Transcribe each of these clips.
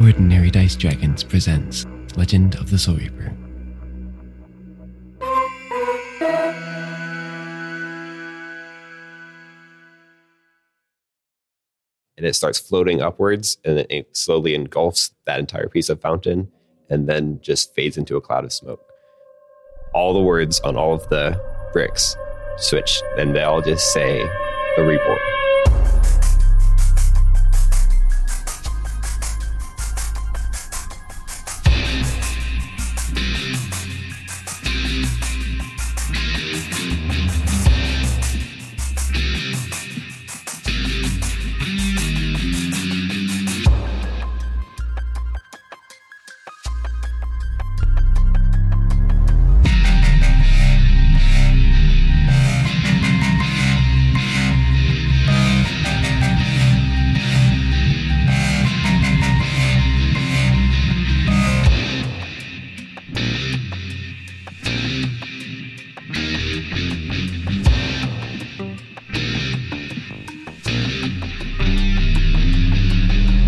Ordinary Dice Dragons presents Legend of the Soul Reaper. and it starts floating upwards and then it slowly engulfs that entire piece of fountain and then just fades into a cloud of smoke. All the words on all of the bricks switch and they all just say the report.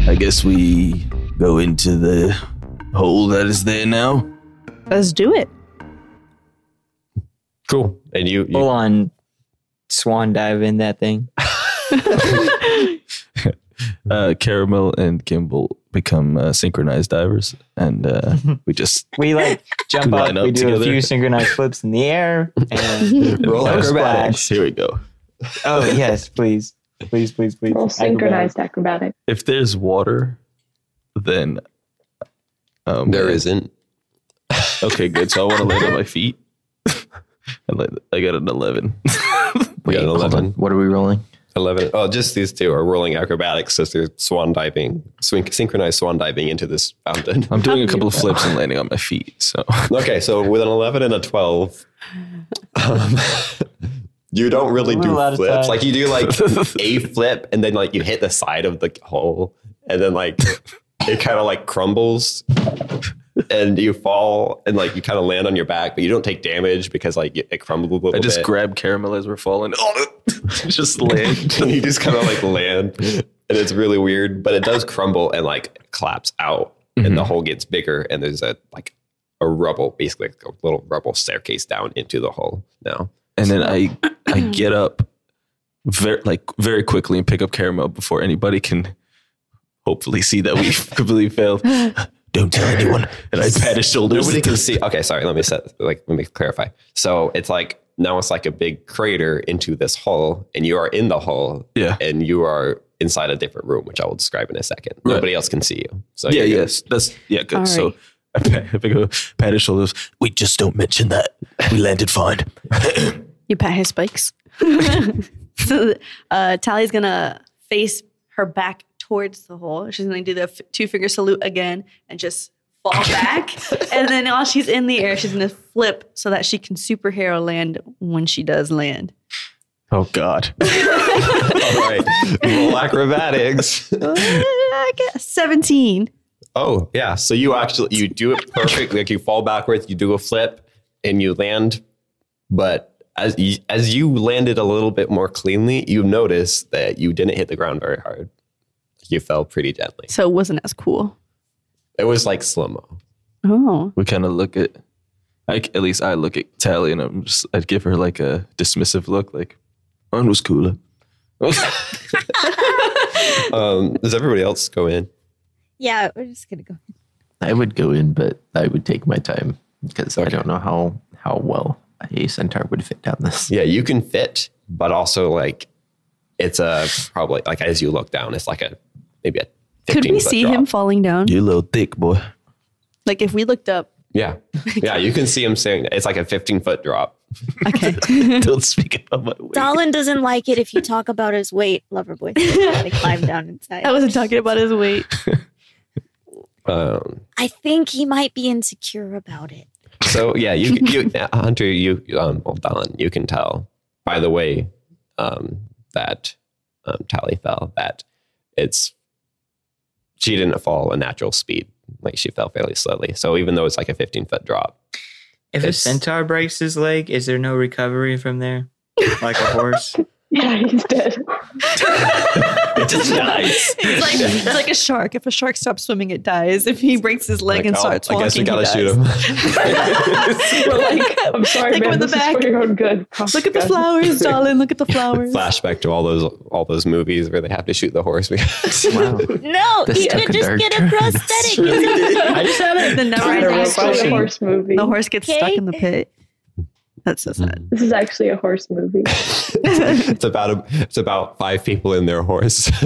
I guess we go into the hole that is there now. Let's do it. Cool. And you, you full on swan dive in that thing. Uh, Caramel and Kimball become uh, synchronized divers, and uh, we just We like jump up, Line up we do together. a few synchronized flips in the air, and roll No acrobatics. splash. Here we go. oh yes, please, please, please, please, Roll Acrobatics. synchronized acrobatic. If there's water, then um, there isn't. Okay, good. So I want to land on my feet. I land- I got an eleven. We got an 11. What are we rolling? 11. Oh, just these two are rolling acrobatics as they're swan diving, swink, synchronized swan diving into this fountain. I'm doing a couple of flips and landing on my feet. So Okay, so with an 11 and a 12, um, you don't really I'm do allowed to flips. try. Like, you do like a flip, and then like you hit the side of the hole, and then like it kind of like crumbles, and you fall, and like you kind of land on your back, but you don't take damage because like it crumbled a little I just bit. grab Caramel as we're falling. Oh, just land. and you just kind of like land, and it's really weird, but it does crumble and like collapse out, and Mm-hmm. the hole gets bigger, and there's a like a rubble, basically like a little rubble staircase down into the hole now. and then I I get up very like very quickly and pick up caramel before anybody can hopefully see that we completely failed. Don't tell anyone. And I pat his shoulders. Nobody can see. Okay, sorry. Let me set. Like, let me clarify. So it's like now it's like a big crater into this hole, and you are in the hole, Yeah. and you are inside a different room, which I will describe in a second. Right. Nobody else can see you. So Yeah. you're good. Yes. That's yeah. Good. All So right. I pat, I pick up, pat his shoulders. We just don't mention that we landed fine. You pat his spikes. so, uh, Tally's gonna face her back towards the hole. She's gonna do the f- two finger salute again and just fall back. and then while she's in the air, she's gonna flip so that she can superhero land when she does land. Oh God. All right. Roll acrobatics. Uh, I guess 17. Oh yeah. So you actually you do it perfect. like you fall backwards, you do a flip, and you land. But as you, as you landed a little bit more cleanly, you notice that you didn't hit the ground very hard. You fell pretty gently. So it wasn't as cool. It was like slow mo. Oh. We kind of look at. I, at least I look at Tally and I'm just. I'd give her like a dismissive look. Like mine was cooler. Um, does everybody else go in? Yeah, we're just gonna go. I would go in, but I would take my time because I don't know how how well a centaur would fit down this. Yeah, you can fit, but also like it's a probably like as you look down, it's like a maybe a. Could 15 we foot see drop. him falling down? You little thick boy. Like if we looked up. Yeah, yeah, you can see him saying it's like a fifteen foot drop. Okay. Don't speak about my weight. Dalin doesn't like it if you talk about his weight, lover boy. They climb down inside. I wasn't talking about his weight. Um, I think he might be insecure about it. So yeah, you, you uh, Hunter, you um, well, Don, you can tell by the way um, that um, Tally fell that it's she didn't fall a natural speed. Like she fell fairly slowly. So even though it's like a 15 foot drop, If a It's- centaur breaks his leg, is there no recovery from there? Like a horse? Yeah, he's dead. it just dies. it's like it's like a shark. If a shark stops swimming, it dies. If he breaks his leg Like, and oh, starts I walking, guess we gotta he shoot dies. him. We're like, I'm sorry, Take him man. in the This is back. for your own good. Look at the flowers, darling. Look at the flowers. Flashback to all those all those movies where they have to shoot the horse. because- Wow. No, This you took could a just dark get a turn. prosthetic. I just had it. The Kinda This is never actually a refreshing. horse movie. The horse gets stuck Okay. in the pit. That's so sad. This is actually a horse movie. it's about a, it's about five people in their horse.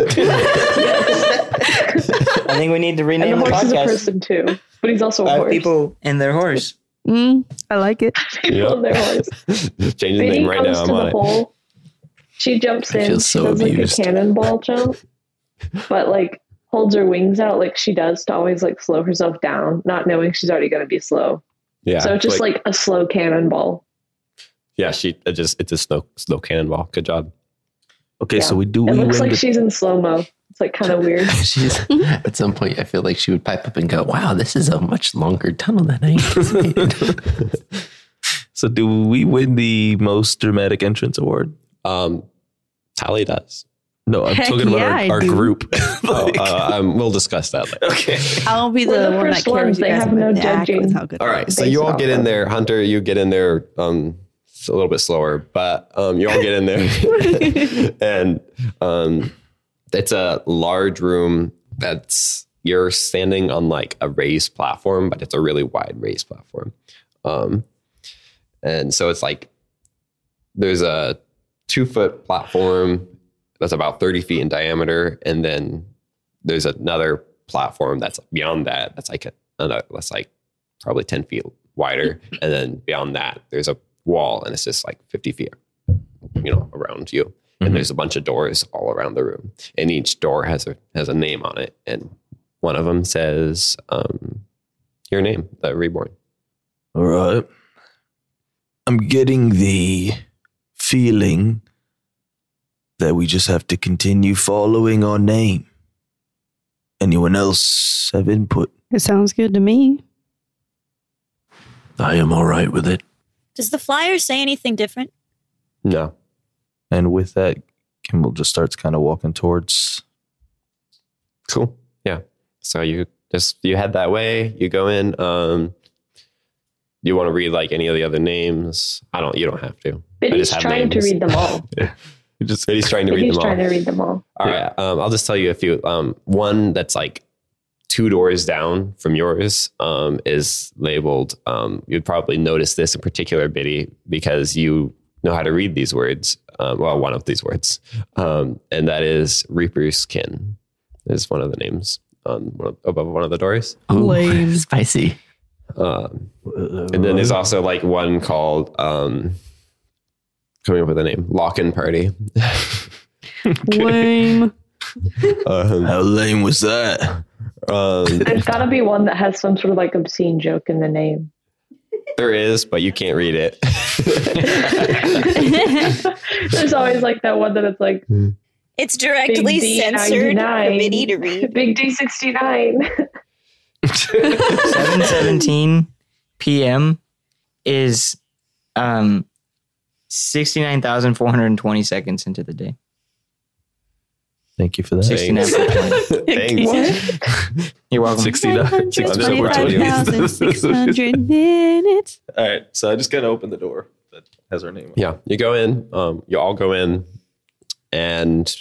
I think we need to and the rename the, horse is a podcast. person too, but he's also a Five horse. people and their horse. Mm, I like it. People Yep. and their horse. Change the Sadie name right comes now. to I'm the on it. hole. She jumps I in. feel She so does like a abused. cannonball jump, but like holds her wings out like she does to always like slow herself down, not knowing she's already going to be slow. Yeah. so it's just like, a slow cannonball. yeah, she it just it's a snow snow cannonball. Good job. Okay, Yeah. so we do. It We looks win. like the, she's in slow mo. It's like kind of weird. She's at some point. I feel like she would pipe up and go, "Wow, this is a much longer tunnel than I anticipated." so do we win the most dramatic entrance award? Um, Tally does. No, I'm Heck talking about yeah, I our, our do. group. Oh, Like- uh, um, we'll discuss that later. okay. I'll be We're the, the one that first carries ones. you They guys have with no the act judging. with how good. All they right. are. So you Based all off get in of- there. Hunter, you get in there um it's a little bit slower, but um you all get in there. and um it's a large room that's you're standing on like a raised platform, but it's a really wide raised platform. Um and so it's like there's a two foot platform that's about 30 feet in diameter, and then there's another platform that's beyond that. That's like a, another that's like probably 10 feet wider. And then beyond that, there's a wall and it's just like 50 feet, you know, around you. Mhm. Mm-hmm. And there's a bunch of doors all around the room. And each door has a has a name on it. And one of them says um, your name, the reborn. All right. I'm getting the feeling that we just have to continue following our name. Anyone else have input? It sounds good to me. I am all right with it. Does the flyer say anything different? No. And with that, Kimball just starts kind of walking towards. Cool. Yeah. So you just you head that way, you go in. Um you want to read like any of the other names? I don't you don't have to. Biddy's just have trying names. to read them all. You just He's trying to read Biddy's them all. trying to read them all. All right. Um, I'll just tell you a few. Um, one that's like two doors down from yours um, is labeled. Um, you'd probably notice this in particular, Biddy, because you know how to read these words. Um, well, one of these words, um, and that is Reaper's Kin. Is one of the names on one of, above one of the doors. Ooh, Lame. spicy. Um, uh, and then there's also like one called um, coming up with a name, Lock In Party. Lame. um, How lame was that? um, There's got to be one that has some sort of like obscene joke in the name. There is, but you can't read it. There's always like that one that it's like It's directly D censored for 99. Biddy to read. Big D69. 7:17 p.m. is um 69,420 seconds into the day. Thank you for that. 69.20. Thanks. You're welcome. 69. 625,600 minutes. All right. So I just got to open the door that has our name on it. yeah, you go in. Um, you all go in, and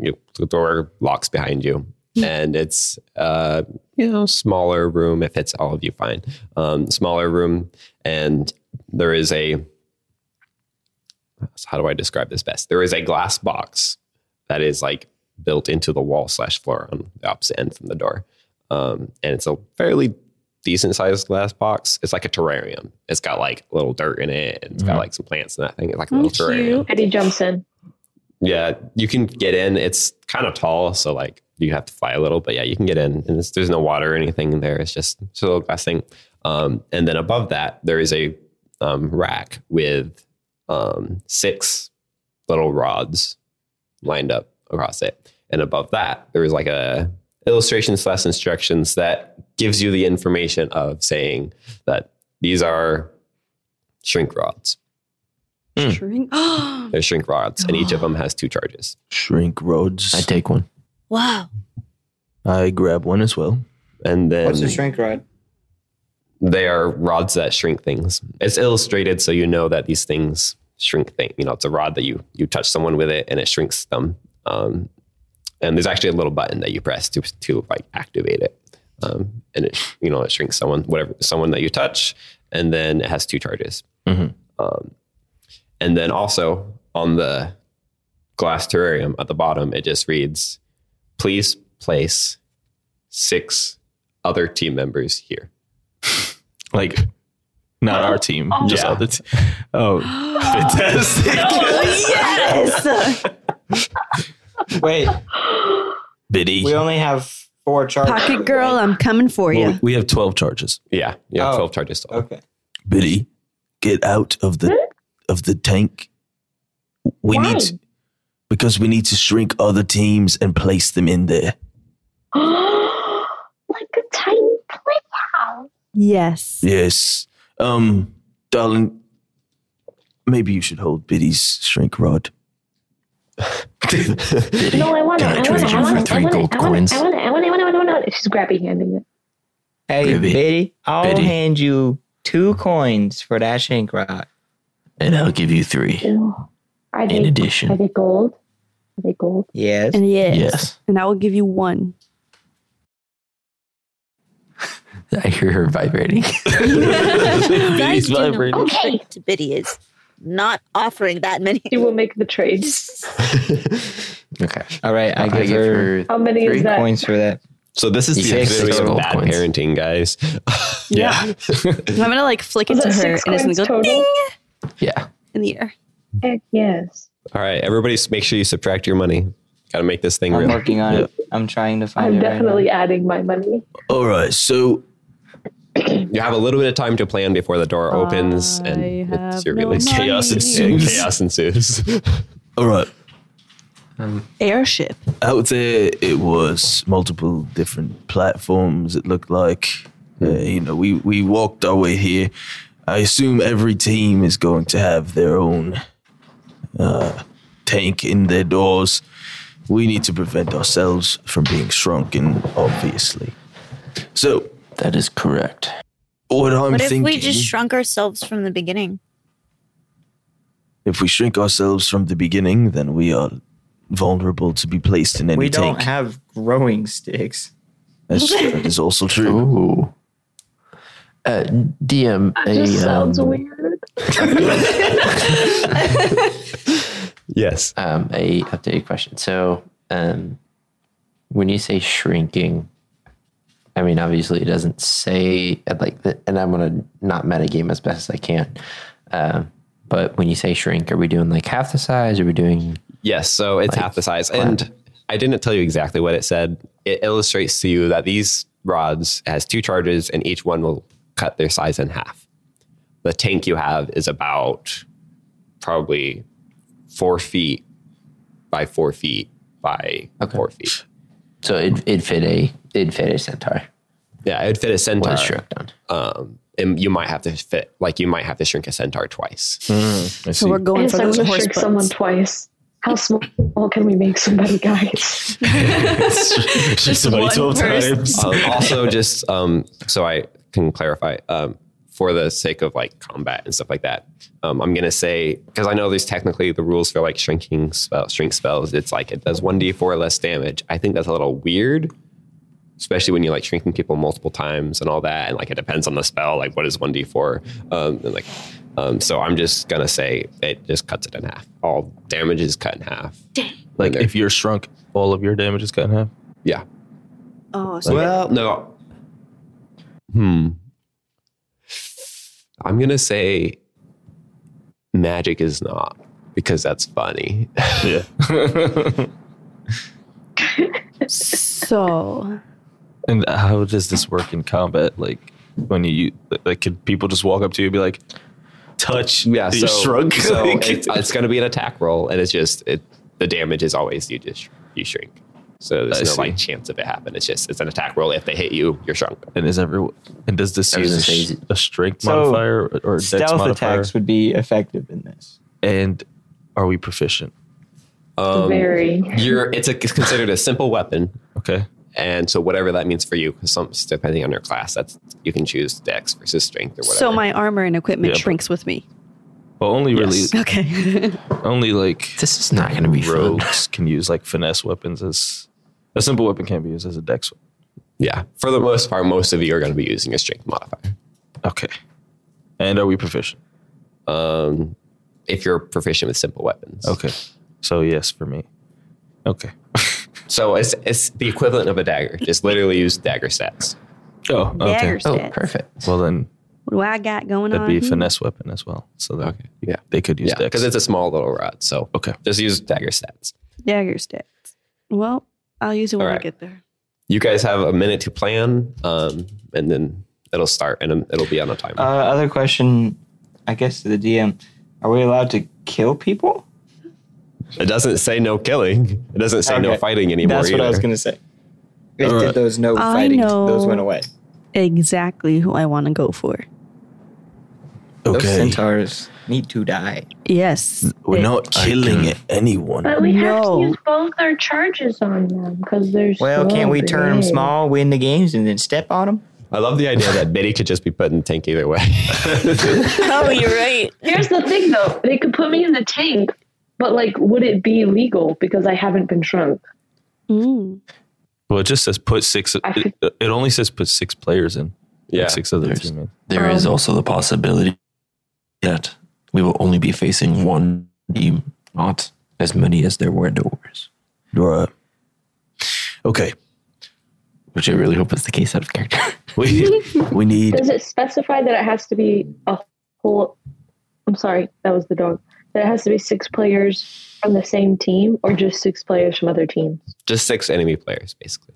you, the door locks behind you, and it's uh, you know smaller room. It fits all of you fine. Um, smaller room, and there is a. How do I describe this best? There is a glass box that is like built into the wall slash floor on the opposite end from the door, um, and it's a fairly decent sized glass box. It's like a terrarium. It's got like little dirt in it. And it's got Mhm. like some plants and that thing. It's like a Oh, little terrarium. Eddie jumps in. Yeah, you can get in. It's kind of tall, so like you have to fly a little. But yeah, you can get in. And it's, there's no water or anything in there. It's just it's a little glass thing. Um, and then above that, there is a um, rack with um, six little rods lined up across it. And above that, there is like a illustration slash instructions that gives you the information of saying that these are shrink rods. Shrink. Hmm. They're shrink rods, and each of them has two charges. Shrink roads. I take one. Wow. I grab one as well. And then What's the shrink rod? they are rods that shrink things. It's illustrated so you know that these things shrink things. You know, it's a rod that you you touch someone with it and it shrinks them. Um, and there's actually a little button that you press to to like activate it. Um, and it you know it shrinks someone whatever someone that you touch, and then it has two charges. Mhm. Um, and then also on the glass terrarium at the bottom, it just reads, "Please place six other team members here." Like, not our team, just Yeah. other. Te- oh, fantastic! yes. Wait, Biddy, we only have four charges. Pocket girl, I'm coming for Well, you. we have twelve charges. Yeah, you have Oh. twelve charges total. Okay. Biddy, get out of the of the tank. We Why? need because we need to shrink other teams and place them in there. like a tiny playhouse. Yes. Yes. Um, darling, maybe you should hold Biddy's shrink rod. No, I want it. Can I I want trade it. you I for three want it. I want gold it. I want coins? it. I want it. I want it. I want it. I want it. I want it. She's grabby handing it. Hey, Biddy. Biddy, I'll Biddy. hand you two coins for that shank rock. And I'll give you three Ew. Are in they? Are addition. they gold? Are they gold? Yes. And yes. Yes. And I will give you one. I hear her vibrating. Biddy's Guys do know vibrating. what Okay. trick to Biddy is not offering that many. She will make the trade. okay. All right, I I give her How many Three is that? coins for that. So this is You the say six epitome of gold bad coins. parenting, guys. Yeah. I'm gonna like flick it Was to that her six and it's gonna coins go total? ding Yeah. in the air. Heck yes. All right, everybody, s- make sure you subtract your money. Got to make this thing I'm real. working on it. I'm trying to find I'm it. definitely adding my money. All right, so You have a little bit of time to plan before the door opens I and have it's your no release. money. Chaos And ensues. chaos ensues. all right, Airship. out there it was multiple different platforms. It looked like Hmm. uh, you know we we walked our way here. I assume every team is going to have their own uh, tank in their doors. We need to prevent ourselves from being shrunken, obviously. So That is correct. what I'm What if thinking, we just shrunk ourselves from the beginning? if we shrink ourselves from the beginning, then we are vulnerable to be placed in any We tank. don't have growing sticks. That's, that is also true. Ooh. Uh, DM That just a sounds um, weird. yes. um, a updated question. So, um, when you say shrinking, I mean obviously it doesn't say I'd like, the, and I'm gonna not metagame as best as I can. Um, but when you say shrink, are we doing like half the size? Are we doing? Yes, so it's half the size. And I didn't tell you exactly what it said. It illustrates to you that these rods has two charges and each one will cut their size in half. The tank you have is about probably four feet by four feet by Okay. four feet. So it it fit a it fit a centaur. Yeah, it would fit a centaur. Was shrunk down. Um, and you might have to fit like you might have to shrink a centaur twice. So we're I going guess for I'm those gonna horse shrink someone butts. twice. How small can we make somebody, guys? Just somebody one 12 person. times. um, also just um, so i can clarify um, for the sake of like combat and stuff like that um, i'm going to say because i know there's technically the rules for like shrinking spell shrink spells it's like it does 1d4 less damage i think that's a little weird especially when you're like shrinking people multiple times and all that and like it depends on the spell like what is 1d4 um, and like um, so i'm just going to say it just cuts it in half all damage is cut in half Like if you're shrunk, all of your damage is cut in half. yeah Oh, so Well, no. Hmm. I'm gonna say magic is not because that's funny. Yeah. So and how does this work in combat? Like when you, you like, can people just walk up to you and be like, "Touch, yeah. the So, shrunk." so Like- it's, it's gonna be an attack roll, and it's just it. The damage is always you just you shrink. So there's I no see. like chance of it happen. It's just it's an attack roll. If they hit you, you're shrunk. and is everyone? And does this I was use a, gonna sh- say- a strength So, modifier or- or a dex Stealth modifier? attacks would be effective in this. And are we proficient? Um, Very. You're. It's a it's considered a simple weapon, Okay. and so whatever that means for you, 'cause some depending on your class, that's you can choose dex versus strength or whatever. So my armor and equipment Yeah, but- shrinks with me. Well, only Yes. Okay. really, only like This is not going to be fun. rogues can use like finesse weapons as a simple weapon can be used as a dex weapon. yeah, for the most part, most of you are going to be using a strength modifier. Okay. And are we proficient? Um, if you're proficient with simple weapons, Okay. So yes for me. Okay. So it's it's the equivalent of a dagger. Just literally use dagger stats. Oh, okay. Dagger Oh, stats. Um, perfect. Well then What do I got going that'd on? be a here? finesse weapon as well. So that Okay. Yeah. they could use Yeah, dex. because it's a small little rod. So okay. just use dagger stats. Dagger stats. Well, I'll use it when All I right. get there. You guys have a minute to plan, um, and then it'll start, and um, it'll be on a timer. Uh, other question, I guess to the DM: Are we allowed to kill people? it doesn't say no killing. It doesn't say no Okay. fighting anymore. That's what I was either. gonna say. It All right. did those no I fighting. know. Those went away. Exactly who I want to go for. Those centaurs need to die. Yes. it- killing anyone. But we have No. to use both our charges on them because there's. Well, can't we turn them small, win the games, and then step on them? I love the idea that Biddy could just be put in the tank either way. Oh, you're right. Here's the thing, though. They could put me in the tank, but like, would it be legal because I haven't been shrunk? Mm. Well, it just says put six. I It, it only says put six players in. yeah. Like six other There's- teammates. There is Um, also the possibility that we will only be facing one team, not as many as there were doors, Right. Okay. which I really hope is the case out of character. We we need Does it specify that it has to be a whole? I'm sorry, that was the dog. That it has to be six players from the same team, or just six players from other teams. Just six enemy players, basically.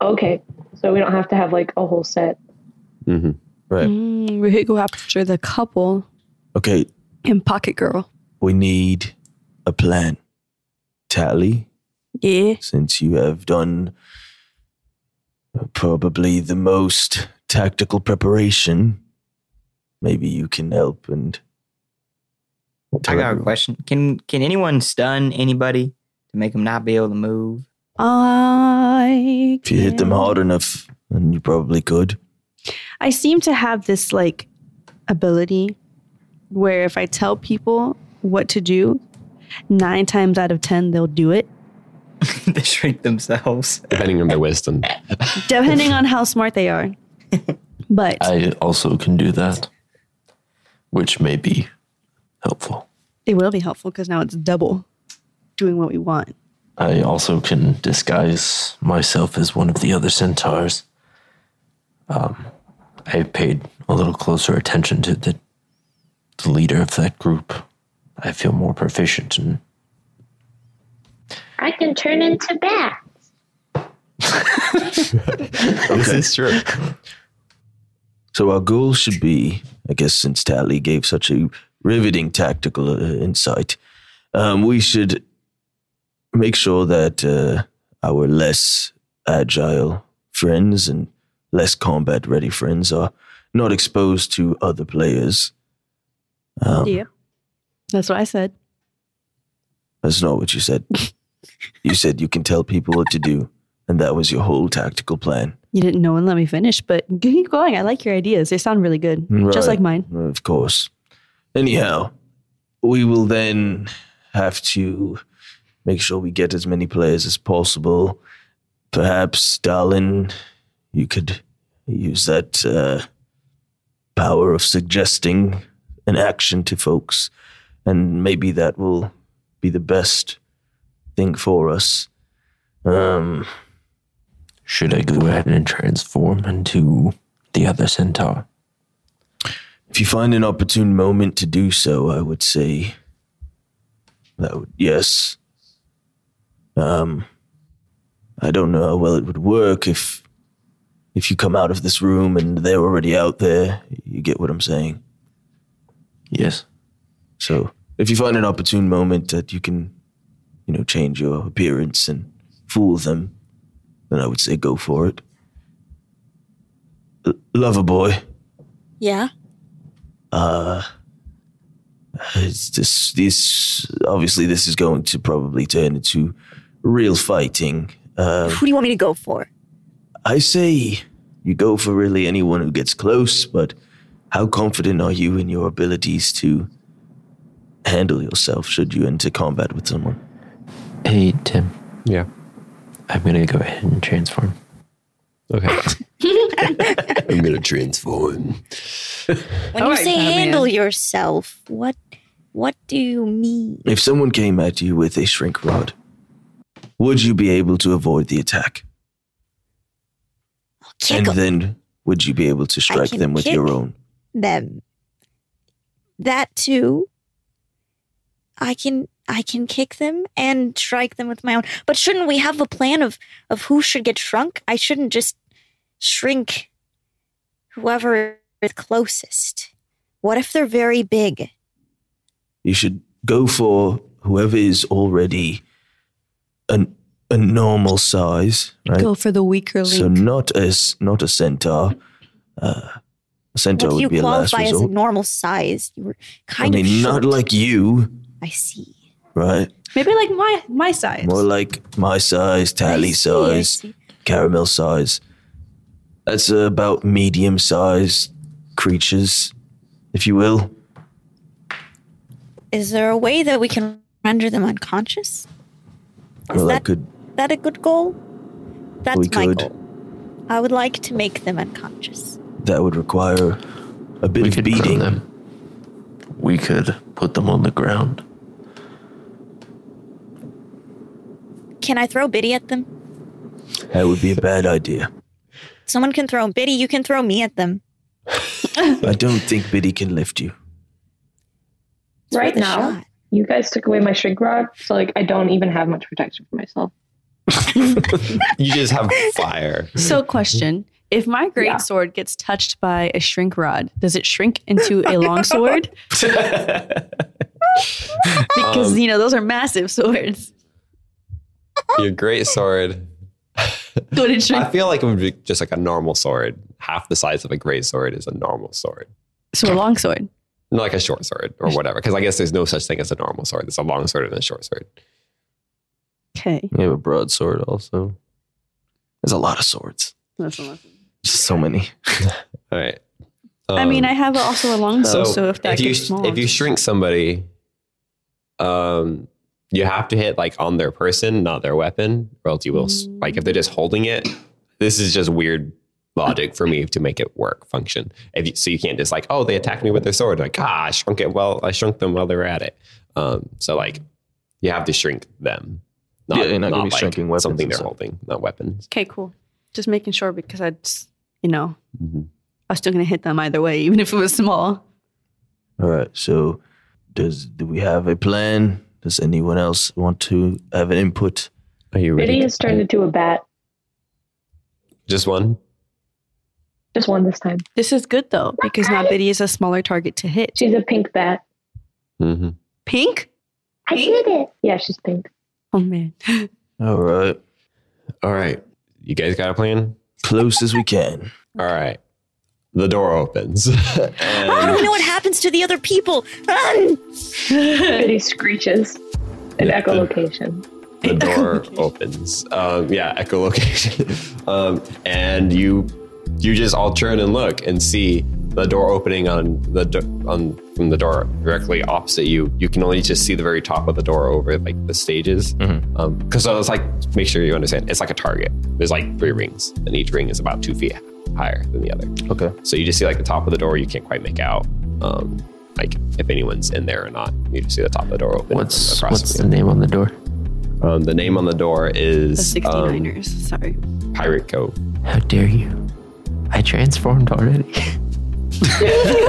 Okay, so we don't have to have like a whole set. hmm right. Mm, we could go after the couple Okay. and Pocket Girl. We need a plan. Tally, Yeah. since you have done probably the most tactical preparation, maybe you can help and I got a question. Can can anyone stun anybody to make them not be able to move? I if you hit them can- hard enough, then you probably could. I seem to have this like ability where if I tell people what to do, nine times out of ten they'll do it. they shrink themselves. Depending on their wisdom. Depending on how smart they are. But I also can do that, which may be helpful. it will be helpful because now it's double doing what we want. I also can disguise myself as one of the other centaurs. Um, I paid a little closer attention to the, the leader of that group. I feel more proficient in I can turn into bat. This is true. So our goal should be, I guess, since Tally gave such a riveting tactical uh, insight, um, we should make sure that uh, our less agile friends and less combat ready friends are not exposed to other players. Um, yeah. That's what I said. That's not what you said. you said you can tell people what to do, and that was your whole tactical plan. You didn't know and let me finish, but keep going. I like your ideas. They sound really good. Right. Just like mine. Of course. Anyhow, we will then have to make sure we get as many players as possible. Perhaps, Darlin, you could use that uh, power of suggesting an action to folks, and maybe that will be the best thing for us. Um, Should I go ahead and transform into the other centaur? if you find an opportune moment to do so, I would say that would yes. Um, I don't know how well it would work if if you come out of this room and they're already out there. You get what I'm saying. Yes. So if you find an opportune moment that you can, you know, change your appearance and fool them, then I would say go for it. L- lover boy. Yeah. Uh, It's this, this obviously this is going to probably turn into real fighting. Um, Who do you want me to go for? I say you go for really anyone who gets close, but how confident are you in your abilities to handle yourself should you enter combat with someone? Hey, Tim. Yeah. I'm gonna go ahead and transform. Okay. I'm gonna transform. When All you right, say Batman. handle yourself, what what do you mean? If someone came at you with a shrink rod, would you be able to avoid the attack? I'll kick and 'em, then would you be able to strike can them with kick. your own? them. That too. I can I can kick them and strike them with my own. But shouldn't we have a plan of of who should get shrunk? I shouldn't just shrink whoever is closest. What if they're very big? You should go for whoever is already an, a normal size, right? Go for the weaker link. So not a s- not a centaur. Uh, a centaur What do you would be a last qualify as a resort. normal size? You were I kind mean, of not short. like you, I see. right? Maybe like my my size. More like my size, tally I see, I size, see. caramel size. That's about medium sized creatures, if you will. Is there a way that we can render them unconscious? Is well, that that could that a good goal? That's We my could. goal. I would like to make them unconscious. that would require a bit We of could grow beating. them. We could put them on the ground. Can I throw Biddy at them? That would be a bad idea. Someone can throw Biddy. You can throw me at them. I don't think Biddy can lift you. It's Right worth a now? shot. You guys took away my shrink rod, so like I don't even have much protection for myself. You just have fire. So, question: If my great Yeah. sword gets touched by a shrink rod, does it shrink into a long sword? Because Um, you know those are massive swords. Your great sword. Would it shrink I feel like it would be just like a normal sword. Half the size of a great sword is a normal sword. to a long sword? Not like a short sword or whatever. Because I guess there's no such thing as a normal sword. There's a long sword and a short sword. Okay, We have a broadsword also. There's a lot of swords. that's enough. Just so many. All right. I mean, Um, I have also a longbow, so, if that you gets small, if you shrink somebody, um, you have to hit like on their person, not their weapon, or else you will. s Like if they're just holding it, this is just weird logic for me to make it work function. If you, so, you can't just like, oh, they attacked me with their sword. Like, ah, I shrunk it. Well, I shrunk them while they were at it. Um, so like, you have to shrink them. Not, Yeah, you're not gonna be like, shrinking weapons Something and they're stuff. holding, not weapons. okay, cool. Just making sure because I, just, you know, Mm-hmm. I was still gonna hit them either way, even if it was small. All right. So, does do we have a plan? Does anyone else want to have an input? Are you Biddy has turned into a bat. Just one. Just one this time. This is good though because now Biddy is a smaller target to hit. She's a pink bat. Mm-hmm. Pink? I did it. Yeah, she's pink. Oh man. All right, All right. You guys got a plan? close as we can. All right. The door opens. I and don't know what happens to the other people. Um, Biddy screeches. An Yeah, the- echolocation. the door opens. Um, yeah, echolocation. um, and you you just all turn and look and see the door opening on the do- on from the door directly opposite you. You can only just see the very top of the door over like the stages. Um, Because Mm-hmm. Mhm. so it's like make sure you understand. It's like a target. There's like three rings, and each ring is about two feet higher than the other. Okay. So you just see like the top of the door. You can't quite make out, um, like if anyone's in there or not. You just see the top of the door open. What's across what's the from name on the door? you. Um, the name on the door The is um, 69ers. Sorry. Pirate Cove. How dare you? I transformed already.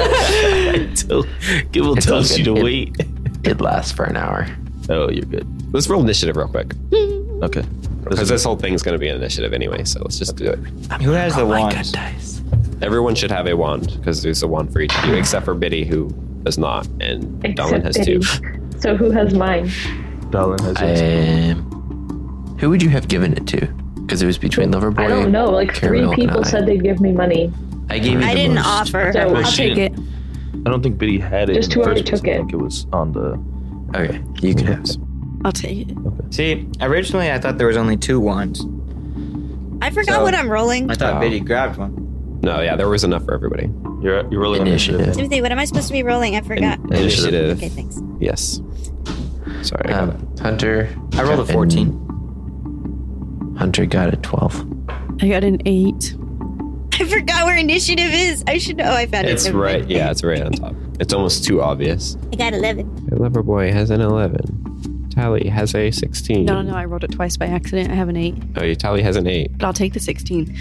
Till Gibble It's all tells you to good. wait. it lasts for an hour. Oh, you're good. Let's roll initiative real quick Okay. because this whole thing's going to be an initiative anyway. So let's just do it. Who has the Oh my wand? god, dice. Everyone should have a wand because there's a wand for each of you, except for Biddy who does not, and Dolan has Biddy. two. So who has mine? Dalin has his. Um, who would you have given it to? Because it was between Loverboy. I don't know. Like Caramel three and people I. said they'd give me money. I gave you. I the didn't most. offer. So I'll take it. I don't think Biddy had it. Just in the whoever first place. took I it. think it was on the. Okay, you can have it. I'll take it. See, originally I thought there was only two wands. I forgot So- what I'm rolling. I thought Oh. Biddy grabbed one. No, yeah, there was enough for everybody. You're you're rolling Initiative. initiative. Timothy, what am I supposed to be rolling? I forgot. Initiative. Okay, thanks. Yes. Sorry. I got it. Um, Hunter. I rolled a got an- 14. Hunter got a 12. I got an eight. I forgot where initiative is. I should know. I found It's it. Never mind. right. Yeah, it's right on top. It's almost too obvious. I got 11. Loverboy has an 11. Tally has a 16. No, no, no. I rolled it twice by accident. I have an eight, Oh, yeah, Tally has an 8. but I'll take the 16.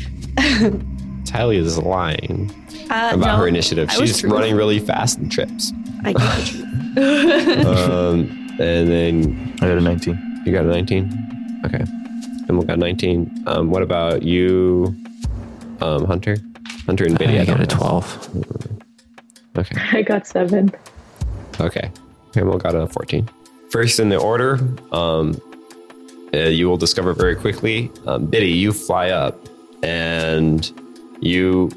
Tally is lying Uh, about no, her initiative. I was She's true. running really fast and trips. I get the truth. um, and then I got a 19. you got a 19. Okay. And we got 19. Um, what about you, um, Hunter? Hunter and Biddy. I don't got a know. 12. Okay. I got seven. Okay. Hamill got a 14. First in the order, um, uh, you will discover very quickly. Um, Biddy, you fly up and you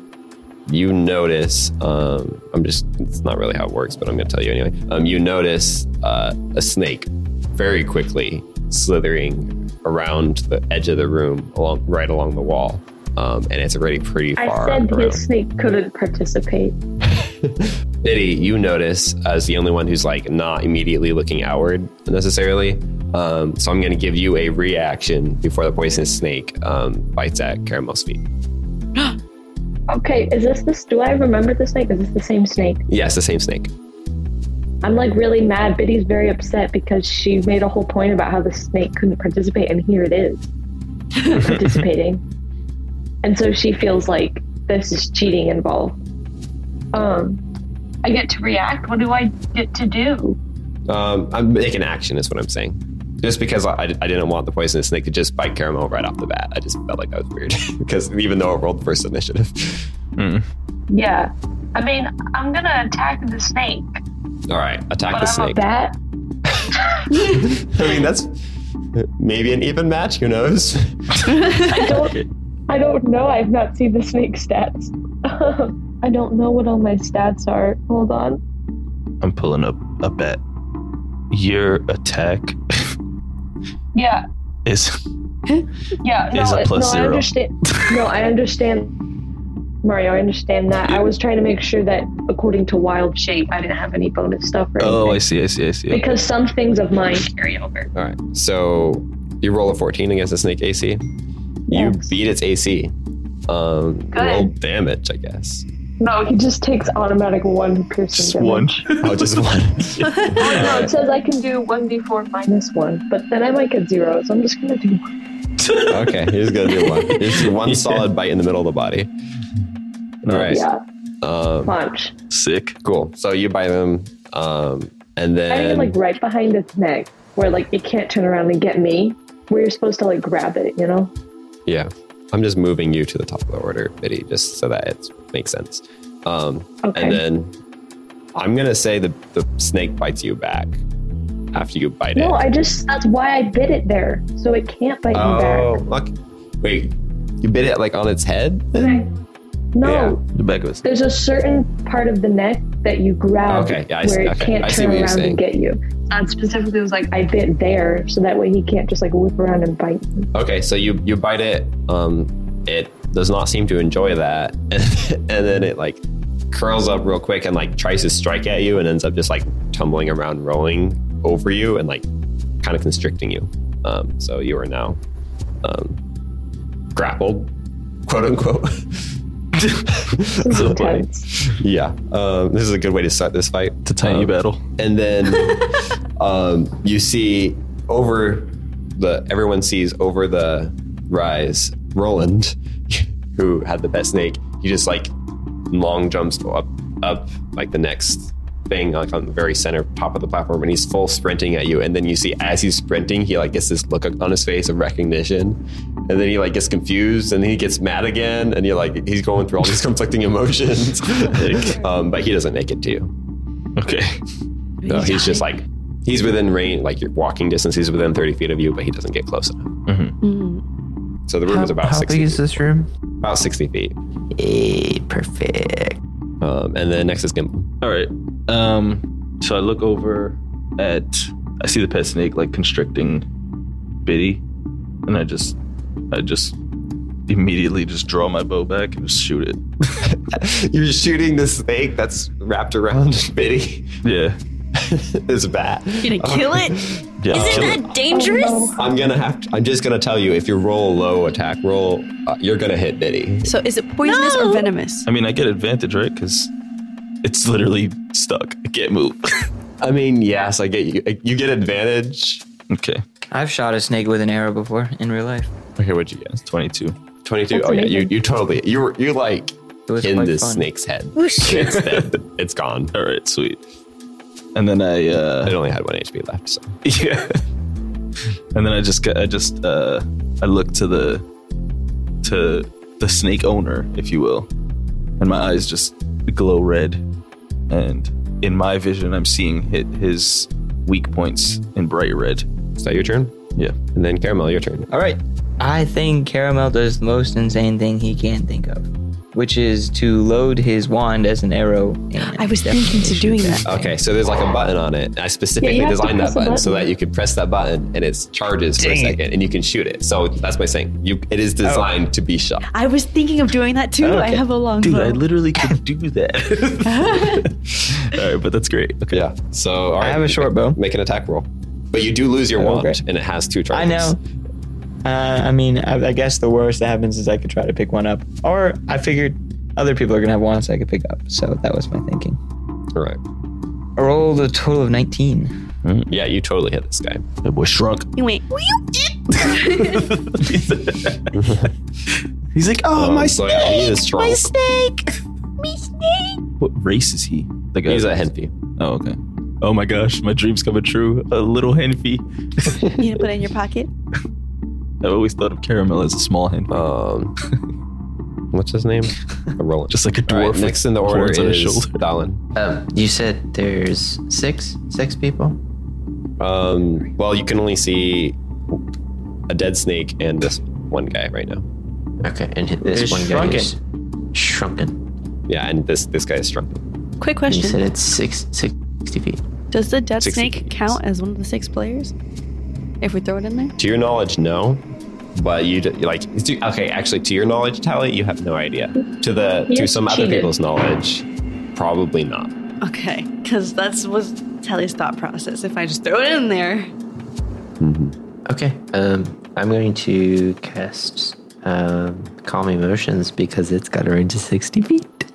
you notice. Um, I'm just. It's not really how it works, but I'm going to tell you anyway. Um, you notice uh, a snake very quickly slithering around the edge of the room, along right along the wall, um, and it's already pretty I far. said around. his snake couldn't participate. Biddy, you notice as the only one who's like not immediately looking outward necessarily. Um, so I'm going to give you a reaction before the poisonous snake um, bites at Caramel's feet. Okay, is this this? Do I remember the snake? Is this the same snake? Yes, the same snake. I'm like really mad. Biddy's very upset because she made a whole point about how the snake couldn't participate, and here it is participating. And so she feels like this is cheating involved. Um, I get to react. What do I get to do? Um, I'm making action, is what I'm saying. Just because I, I didn't want the poisonous snake to just bite Caramel right off the bat. I just felt like that was weird because even though I rolled first initiative. Yeah, I mean, I'm gonna attack the snake, All right, attack the but I'm a snake. bat. I mean, that's maybe an even match. Who knows? I don't. I don't know. I've not seen the snake stats. I don't know what all my stats are. Hold on. I'm pulling up a bet. Your attack Yeah, is Yeah, no, Is a it- plus no, I zero. understand. no, I understand, Mario. I understand that. I was trying to make sure that according to wild shape, I didn't have any bonus stuff. Or Oh, I anything. see, I see, I see. because some things of mine carry over. All right. So you roll a 14 against the snake AC. You Yes. beat its AC. Um, Good. roll damage, I guess. No, he just takes automatic one piercing Just damage. one. Oh, just one. No, it says I can do one d4 minus one, but then I might get zero, so I'm just gonna do. One. okay, he's gonna do one. Just one solid bite in the middle of the body. All right. Yeah, Um, punch. Sick. cool. So you bite them, um, and I think then like right behind its neck, where like it can't turn around and get me. Where you're supposed to like grab it, you know? yeah, I'm just moving you to the top of the order, Biddy, just so that it makes sense. Um, Okay. And then I'm gonna say the the snake bites you back after you bite it. No, I just that's why I bit it there. So it can't bite me Oh, back. look. Wait, you bit it like on its head? No. Yeah. The back of his. There's a certain part of the neck that you grab Okay, yeah, I see- where it okay, can't I see turn what you're around saying. and get you. And specifically it was like I bit there so that way he can't just like whip around and bite me. Okay, so you you bite it. Um, it does not seem to enjoy that, and, then it like curls up real quick and like tries to strike at you, and ends up just like tumbling around, rolling over you, and like kind of constricting you. Um, so you are now um, grappled, quote unquote. This is So funny. intense. yeah, um, this is a good way to start this fight. It's a tiny Um, battle. and then um, you see over the everyone sees over the rise Roland, who had the best snake. He just like long jumps up up like the next thing like on the very center top of the platform and he's full sprinting at you and then you see as he's sprinting he like gets this look on his face of recognition and then he like gets confused and then he gets mad again and you're like he's going through all these conflicting emotions um, but he doesn't make it to you Okay. no, he's just like he's within range, like your walking distance. He's within thirty feet of you, but he doesn't get close enough. Mm. So the room is about Mm-hmm. how sixty. big is feet. this room? About sixty feet. Hey, perfect. Um, and then next is Gimbal. All right. Um, so I look over at I see the pet snake like constricting Biddy, and I just I just immediately just draw my bow back and just shoot it. You're shooting the snake that's wrapped around Biddy. Yeah. It's bat. You gonna kill it? Yeah. Isn't kill it. that dangerous? Oh, I'm gonna have to, I'm just gonna tell you if you roll low attack roll, uh, you're gonna hit Biddy. So is it poisonous or venomous? I mean, I get advantage, right? Because it's literally stuck. I can't move. I mean, yes, I get you. You get advantage. okay. I've shot a snake with an arrow before in real life. Okay, what'd you It's guess? 22. 22. Oh, yeah, you, you totally, you were, you like It was in quite this fun. snake's head. Whoosh. It's dead. It's gone. All right, sweet. And then I uh It only had one HP left, so. Yeah. And then I just got, I just uh I look to the to the snake owner, if you will. And my eyes just glow red. And in my vision I'm seeing hit his weak points in bright red. Is that your turn? Yeah. And then Caramel, your turn. All right. I think Caramel does the most insane thing he can think of, which is to load his wand as an arrow. And I was thinking to doing that. Okay, so there's like a button on it. I specifically Yeah, you have to designed that press a button, so button. that you could press that button and it charges for a Dang it. second and you can shoot it. So that's my saying. You, it is Oh. designed to be shot. I was thinking of doing that too. I have a long Dude, bow. I literally could do that. All right, but that's great. Okay. Yeah. So all right, I have a short bow. Make an attack roll, but you do lose your wand, Okay. and it has two I charges. know. Uh, I mean, I, I guess the worst that happens is I could try to pick one up, or I figured other people are gonna have wands I could pick up. So that was my thinking. All right. I rolled a total of 19. Yeah, you totally hit this guy. That boy shrunk. You went, He's like, oh, Um, my so yeah, he is strong. What race is he? Like He's a henfie. Oh, okay. Oh my gosh, my dream's coming true. A little henfie. you gonna put it in your pocket? I've always thought of caramel as a small hen, Um, what's his name? A Roland. just like a all dwarf. right, next in the order horns is on his shoulder. Dahlan. Um, you said there's six six people. Um, well, you can only see a dead snake and this one guy right now. Okay, and hit this It's one guy is shrunken. Yeah, and this this guy is strong. Quick And you said question. it's six sixty feet. Does the dead 60 snake feet. count as one of the six players? If we throw it in there? To your knowledge, no. But you d- like to, okay. Actually, to your knowledge, Tally, you have no idea. To the He to some other cheated. people's knowledge, probably not. Okay, because that's was Telly's thought process. If I just throw it in there, Okay. Um, I'm going to cast um, Calm Emotions because it's got a range of 60 feet.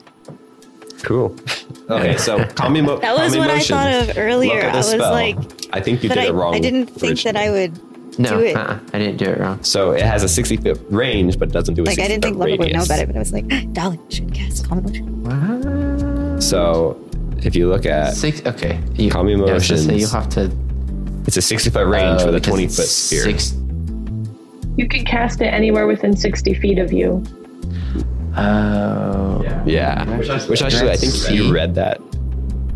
Cool. Okay, so calm emo- That was calm what I emotions. thought of earlier. Look at the I was spell. like- I think you but did I, it wrong. I didn't think that I originally. would. No, Do it. Uh-uh, I didn't do it wrong. So it has a sixty foot range, but doesn't do a Like, I 60 didn't think foot Lover would know radius. about it, but I was like, Dolly should cast common Motion." So if you look at Six. Okay. You, Calm I was gonna say Emotions. you have to it's a sixty foot range uh, with a because twenty it's foot sphere. Six. You can cast it anywhere within 60 feet of you. Oh. Yeah, which actually I think Let's you see. read that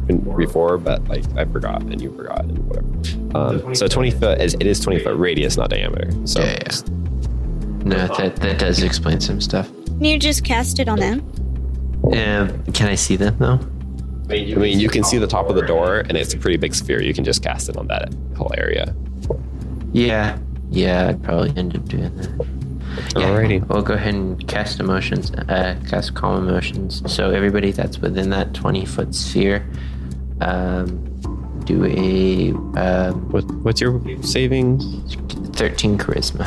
in- before, but like I forgot and you forgot and whatever. Um, so twenty foot is it is twenty foot radius, not diameter. So Yeah, yeah. No, that that does explain some stuff. Can you just cast it on them? Um, can I see them though? I mean, you can see the top of the door, and it's a pretty big sphere. You can just cast it on that whole area. Yeah. Yeah, I'd probably end up doing that. Yeah, Alrighty. We'll go ahead and cast emotions, uh, cast calm emotions. So everybody that's within that 20 foot sphere, um, do a um, What, what's your saving? 13 charisma.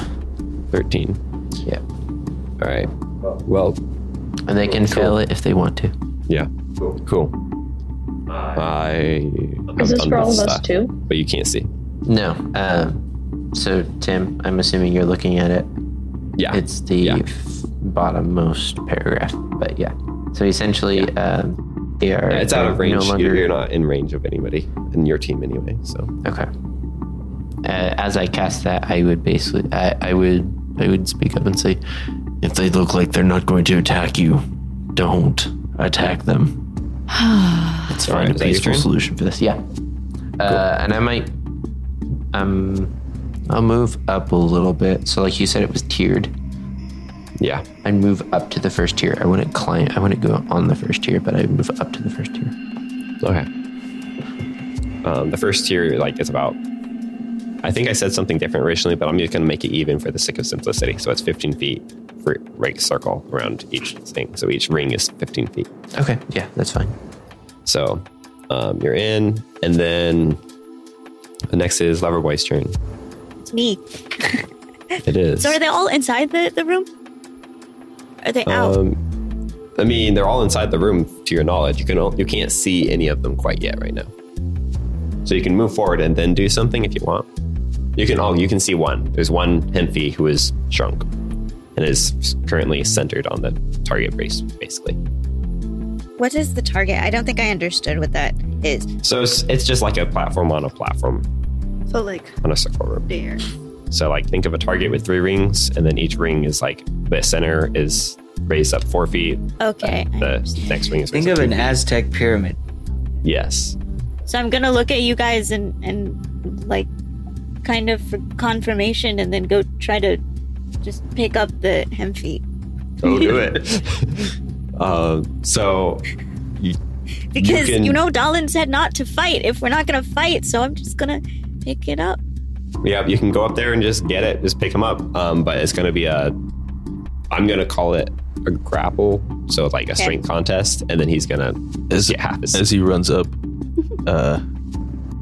Thirteen. Yeah. All right. Well, And they can fail it if they want to. yeah. Cool. I. Is this I'm for all of us stuck, too? But you can't see. No. Um, so, Tim, I'm assuming you're looking at it. Yeah. It's the Yeah. f- bottom most paragraph. But yeah. So essentially, um, they are it's out of they're range. No You're- longer, You're not in range of anybody in your team anyway. So. Okay. Uh, as I cast that, I would basically, I, I would, I would speak up and say, if they look like they're not going to attack you, don't attack them. Let's All right, find is a that your peaceful turn? solution for this. Yeah. Uh, and I might, um, I'll move up a little bit. So, like you said, it was tiered. Yeah. I'd move up to the first tier. I wouldn't climb. I wouldn't go on the first tier, but I'd move up to the first tier. Okay. Um, the first tier, like, is about. I think I said something different originally, but I'm just going to make it even for the sake of simplicity. So it's 15 feet for right circle around each thing. So each ring is 15 feet. Okay. Yeah, that's fine. So um, you're in, and then the next is Loverboy's turn. It's me. It is. So are they all inside the, the room? Are they out? Um, I mean, they're all inside the room. To your knowledge, you can all, you can't see any of them quite yet right now. So you can move forward and then do something if you want. You can all you can see one. There's one Henfie who is shrunk and is currently centered on the target base, basically. What is the target? I don't think I understood what that is. So it's, it's just like a platform on a platform So like on a circle room. there. So like think of a target with three rings, and then each ring is like the center is raised up four feet. Okay. The next ring is Think raised up of an two feet. Aztec pyramid. yes. So I'm gonna look at you guys and and like kind of for confirmation, and then go try to just pick up the hem feet Go do it. uh, so because you, can- know Dalin said not to fight if we're not gonna fight. So I'm just gonna pick it up. yeah, you can go up there and just get it, just pick them up. Um, but it's gonna be a, I'm gonna call it a grapple, so like a Okay. strength contest, and then he's gonna As, get half his. as he runs up, Uh,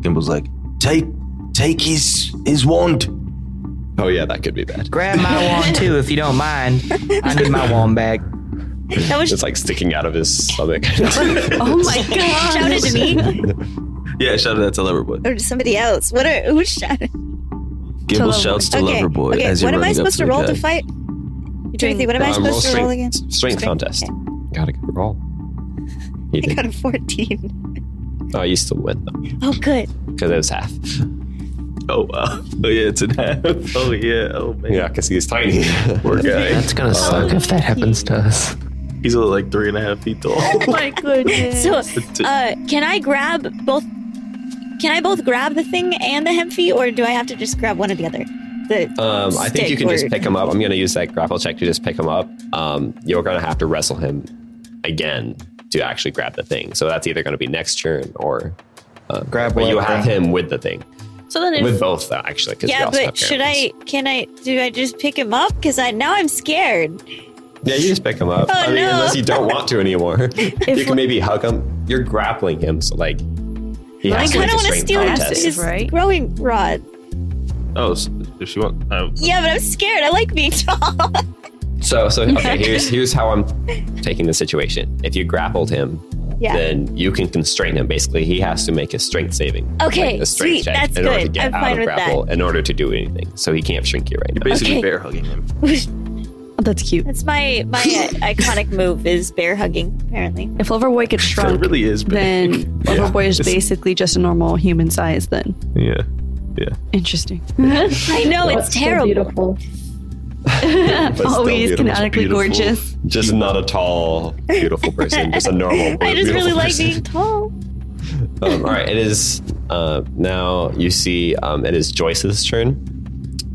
Gimble's like, take, take his his wand. oh yeah, that could be bad. Grab my wand too, if you don't mind. I need my wand back. That was It's like sticking out of his stomach. Oh my god! shouted to me yeah, shout out to Loverboy. or to somebody else. What are who shouted? Gimble shouts to okay. Loverboy okay. as you're what am I running up supposed to the roll guy. to fight? Timothy, what am I Um, roll supposed to roll again? strength, strength contest. Got a good roll. He I did. got a 14. Oh, you still win though, Oh, good. because it was half. Oh wow! Oh yeah, it's in half. Oh yeah. Oh man. Yeah, because he's tiny. Poor guy. That's gonna suck if that happens to us. He's only like three and a half feet tall. Oh my goodness. So, uh, can I grab both? Can I both grab the thing and the hemp fee, or do I have to just grab one or the other? The Um, I think you stick can just or- pick him up. I'm going to use that grapple check to just pick him up. Um, you're going to have to wrestle him again to actually grab the thing. So that's either going to be next turn or um, Grab But you what have thing? him with the thing, So then with if both though, actually. 'cause we Yeah, also but have should parents. I? Can I? Do I just pick him up? Because I now I'm scared. Yeah, you just pick him up. Oh, I mean, no. unless you don't want to anymore, you can maybe hug him. You're grappling him, so like he I has to kind make of a want to strength steal contest, his right? growing rod. oh, so if she wants, uh, Yeah, but I'm scared. I like being tall. So, so okay. Here's here's how I'm taking the situation. If you grappled him, Yeah. then you can constrain him. Basically, he has to make a strength saving. Okay, a sweet, that's in order to good. get I'm out fine of with that. grapple in order to do anything. So he can't shrink you right now. basically Okay. bear hugging him. that's cute. That's my my uh, iconic move is bear hugging. Apparently, If Loverboy gets It shrunk, really is. Big. then Loverboy is basically just a normal human size. Then yeah. interesting. I know That's it's terrible. beautiful. Always canonically gorgeous. Just not a tall, beautiful person. Just a normal. I just really beautiful like person. being tall. Um, all right, it is uh, now. You see, um, it is Joyce's turn,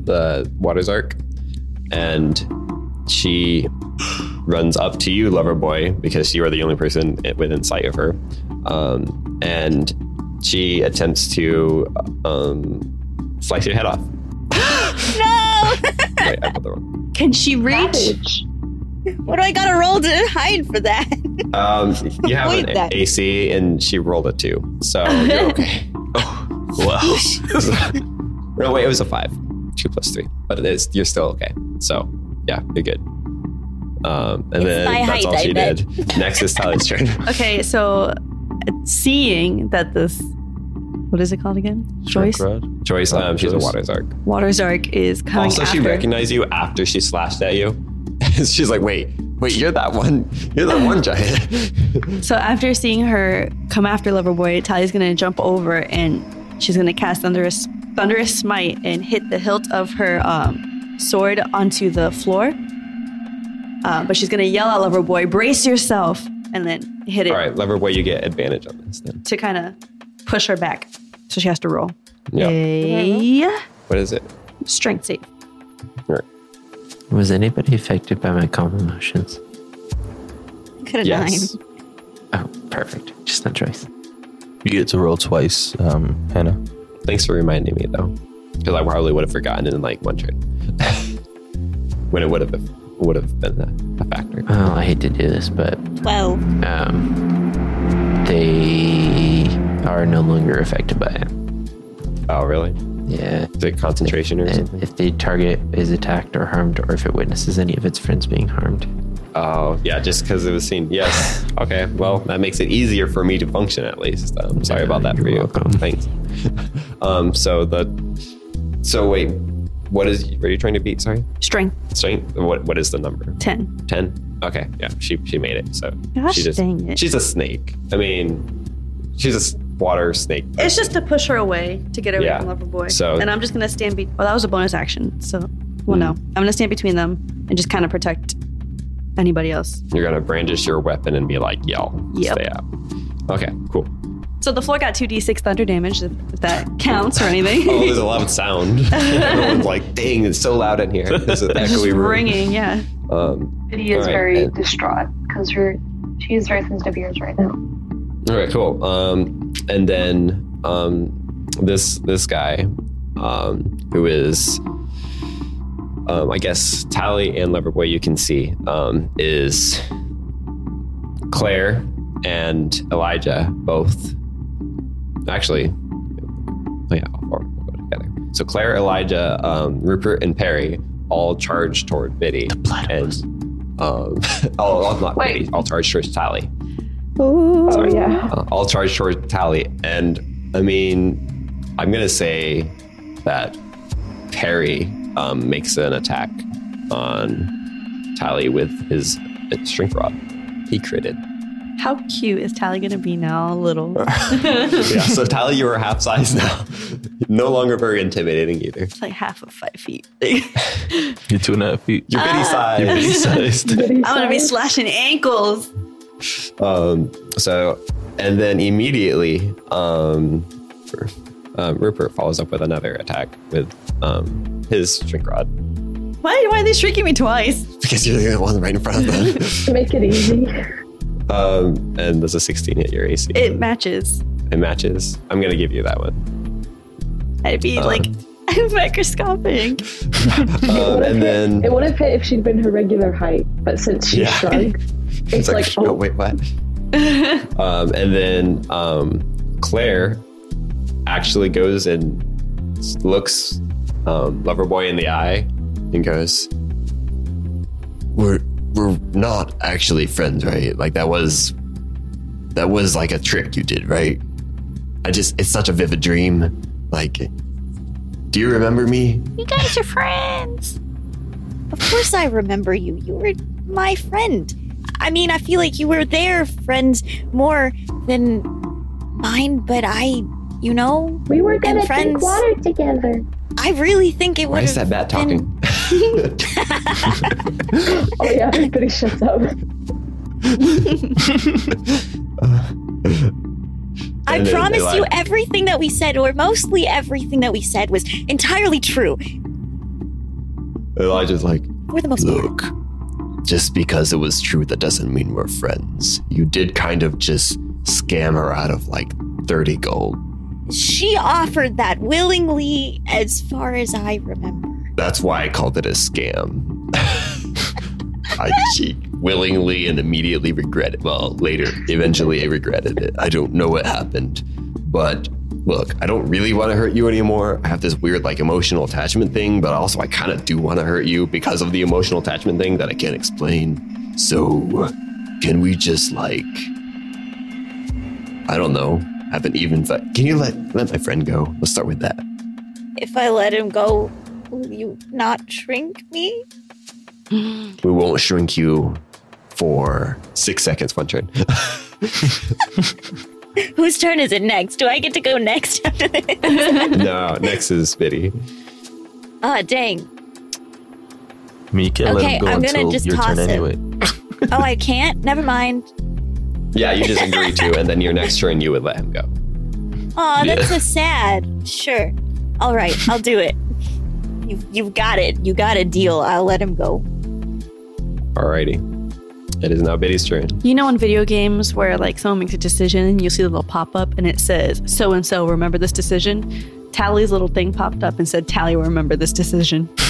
the Waters Arc, and she runs up to you, lover boy, because you are the only person within sight of her, um, and she attempts to um, slice your head off. No. Wait, I put the wrong. Can she reach? Savage. What do I gotta roll to hide for that? Um, you have Wait, an that- AC, and she rolled a two, so you're okay. Oh, Wow. No, wait, it was a five. Two plus three. But it is, you're still okay. So, yeah, you're good. Um, and It's then my that's height, all I she bet. did. Next is Tally's turn. Okay, so uh, seeing that this, what is it called again? Joyce Joyce, um, she's a Joyce. water zark. Water's Arc is coming Also, she after. recognized you after she slashed at you. she's like, wait, wait, you're that one. You're that one giant. So after seeing her come after Loverboy, Tally's gonna jump over and she's gonna cast thunderous thunderous smite and hit the hilt of her um, sword onto the floor. Uh, but she's gonna yell at Loverboy, "Brace yourself!" and then hit it all right, lover boy, you get advantage on this then. to kind of push her back. So she has to roll Mm-hmm. Yeah. a What is it? strength save. All right. Was anybody affected by my common motions? Could have Yes. nine. Oh, perfect. Just no choice. You get to roll twice, um, Hannah. Thanks for reminding me though, because I probably would have forgotten in like one turn when it would have would have been a, a factor. Oh, I hate to do this, but Twelve. um, they are no longer affected by it. Oh, really? Yeah. Is it concentration or And something? if the target is attacked or harmed, or if it witnesses any of its friends being harmed. Oh, yeah, just because it was seen. Yes. Okay. Well, that makes it easier for me to function at least. I'm sorry about that You're for you. welcome. Thanks. um. So the. So wait, what is? What are you trying to beat? Sorry. Strength Strength. What? What is the number? 10. Ten. Okay. Yeah. She she made it. So Gosh she just dang it. she's a snake. I mean, she's a s- water snake. It's just to push her away to get away Yeah. from Lover Boy. So- Mm. and I'm just gonna stand. Be- well, that was a bonus action, so well, no, I'm gonna stand between them and just kind of protect anybody else. You're gonna brandish your weapon and be like, "Yo, Yep. stay up." Okay. Cool. So the floor got two d6 thunder damage, if, if that counts or anything. Oh, there's a loud sound. Everyone's like, "Dang, it's so loud in here." This is an It's just echoey room. ringing, yeah. Um, Biddy is Alright, very and- distraught because her she is very sensitive ears right now. all right, cool. Um, and then um, this this guy, um, who is, um, I guess Tally and Loverboy, you can see, um, is Claire and Elijah both. Actually, oh yeah, I'll- we'll go together. So Claire, Elijah, um, Rupert, and Perry all charge toward Biddy. The platypus. And, um, all, all, not Wait. Biddy, all charge towards Tally. Oh yeah. Uh, I'll charge towards Tally. And I mean, I'm going to say that Perry um, makes an attack on Tally with his uh, strength rod. He critted. How cute is Tally gonna be now? Little. Yeah, so Tally, you are half size now. no longer very intimidating either. It's like half of five feet. You're two and a half feet. Uh. You're bitty size. You're big sized. I'm gonna be slashing ankles. Um, so, and then immediately, um, um, Rupert follows up with another attack with um, his shrink rod. Why, why are they shrinking me twice? Because you're the only one right in front of them. Make it easy. Um, and does a 16 hit your AC? It matches. It matches. I'm gonna give you that one. I'd be Uh. like, I'm microscopic. Um, and It then would have hit if she'd been her regular height, but since she's Yeah. shrunk, it's like, oh oh, wait, what? um, and then um, Claire actually goes and s- looks um, Loverboy in the eye and goes, "We're we're not actually friends, right? Like that was that was like a trick you did, right? I just it's such a vivid dream. Like, do you remember me? You guys are friends. Of course I remember you. You were my friend. I mean, I feel like you were their friends more than mine, but I, you know, we were and gonna drink friends. water together. I really think it would Why is that bat talking?" Oh yeah, everybody shuts up. I And then promise they you, lied. everything that we said, or mostly everything that we said, was entirely true. Elijah's like, We're the most. Look, just because it was true, that doesn't mean we're friends. You did kind of just scam her out of like 30 gold. She offered that willingly, as far as I remember. That's why I called it a scam. I she willingly and immediately regretted. Well, later, eventually, I regretted it. I don't know what happened, but look, I don't really want to hurt you anymore. I have this weird like emotional attachment thing, but also I kind of do want to hurt you because of the emotional attachment thing that I can't explain. So, can we just like, I don't know, have an even fight? Can you let let my friend go? Let's start with that. If I let him go, will you not shrink me? We won't shrink you for six seconds one turn. Whose turn is it next? Do I get to go next after this? no, next is Biddy. Ah, dang. I mean, you can't let Okay, him go I'm gonna until just your toss turn it. anyway. Oh, I can't? Never mind. Yeah, you just agree to, and then your next turn you would let him go. Aw, that's so sad. Sure. All right, I'll do it. You, you've got it. You got a deal. I'll let him go. Alrighty. It is now Biddy's turn. You know, in video games where like someone makes a decision and you see the little pop up and it says, so and so, remember this decision? Tally's little thing popped up and said, Tally, will remember this decision.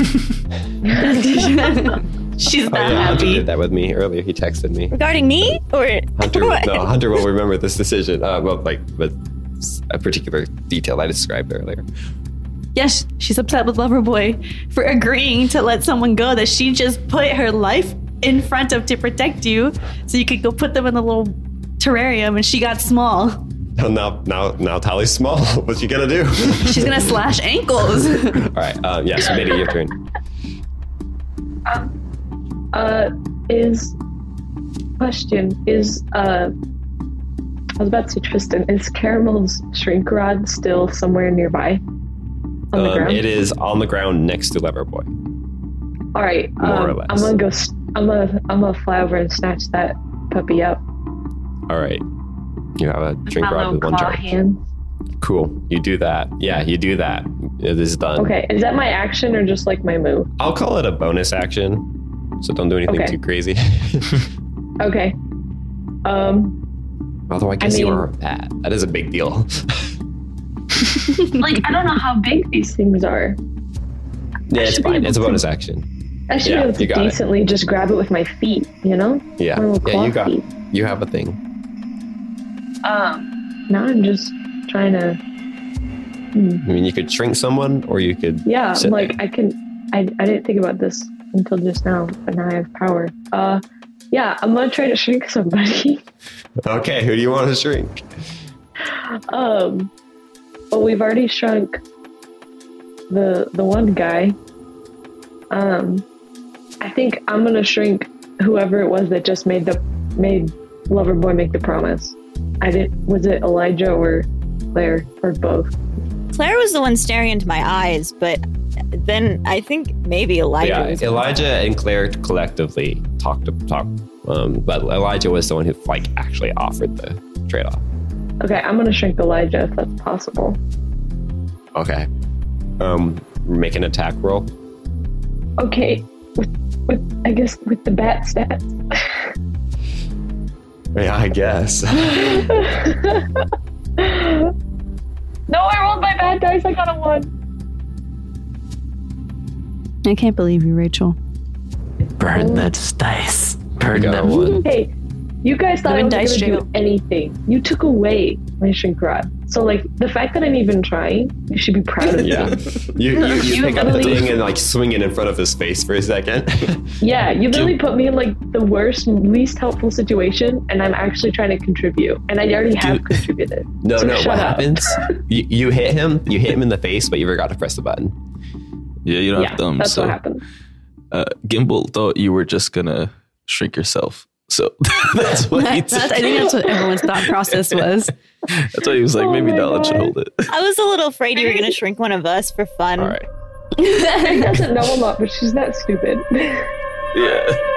She's not Oh yeah, Hunter happy. did that with me earlier. He texted me. Regarding me or Hunter, What? no, Hunter will remember this decision. Uh, well, like with a particular detail I described earlier. Yes, she's upset with Loverboy for agreeing to let someone go that she just put her life in front of to protect you so you could go put them in the little terrarium and she got small. Now, now, now, Tally's small. What you gonna do? She's gonna slash ankles. All right. Um, yes, Biddy, your turn. Uh, is question is uh, I was about to say Tristan. Is Caramel's shrink rod still somewhere nearby on the Um, ground? it is on the ground next to Leverboy. All right, um, more or less. I'm gonna go. s- I'm gonna. I'm gonna fly over and snatch that puppy up. All right. You have a drink My rod little with one claw charge. hand. Cool. You do that. Yeah, you do that. It is done. Okay, is that my action or just like my move? I'll call it a bonus action. So don't do anything Okay. too crazy. Okay. Um, Although I guess you mean- are that. That is a big deal. like I don't know how big these things are. yeah, it's should be fine. able It's a to- bonus action. I should Yeah, be able to you got it. decently just grab it with my feet. You know, Yeah. my little Yeah, claw you got feet. you have a thing. Um, now I'm just trying to. Hmm. I mean you could shrink someone or you could Yeah, Sit like I can. I, I didn't think about this until just now, but now I have power. Uh, yeah, I'm gonna try to shrink somebody. Okay, who do you want to shrink? Um, well, we've already shrunk the the one guy. Um, I think I'm gonna shrink whoever it was that just made the made Loverboy make the promise. I didn't. Was it Elijah or Claire or both? Claire was the one staring into my eyes, but then I think maybe Elijah yeah, was. Elijah and Claire collectively talked to talk um, but Elijah was the one who like actually offered the trade off. Okay, I'm gonna shrink Elijah if that's possible. Okay. Um make an attack roll. Okay, with, with I guess with the bat stats. Yeah, I guess. no, I rolled my bad dice. I got a one. I can't believe you, Rachel. Burn those dice. Burn Oh. got a them. one. Hey, you guys thought I Living wasn't gonna dice jail. do anything. You took away my shrink rod. So like the fact that I'm even trying, you should be proud of Yeah. me. You, you, you You pick up the literally- thing and like swing it in front of his face for a second. Yeah, you literally put me in like the worst, least helpful situation, and I'm actually trying to contribute, and I already have Dude. contributed. no, So no. shut What up. happens? You, you hit him. You hit him in the face, but you forgot to press the button. Yeah, you don't Yeah, have thumbs. that's so what happened. uh, Gimbal thought you were just gonna shrink yourself. So that's what he That's- I think that's what everyone's thought process was. That's why he was like, Oh maybe my Dalin should God. hold it. I was a little afraid you were going to shrink one of us for fun. All right. Meg doesn't know a lot, but she's not stupid. Yeah.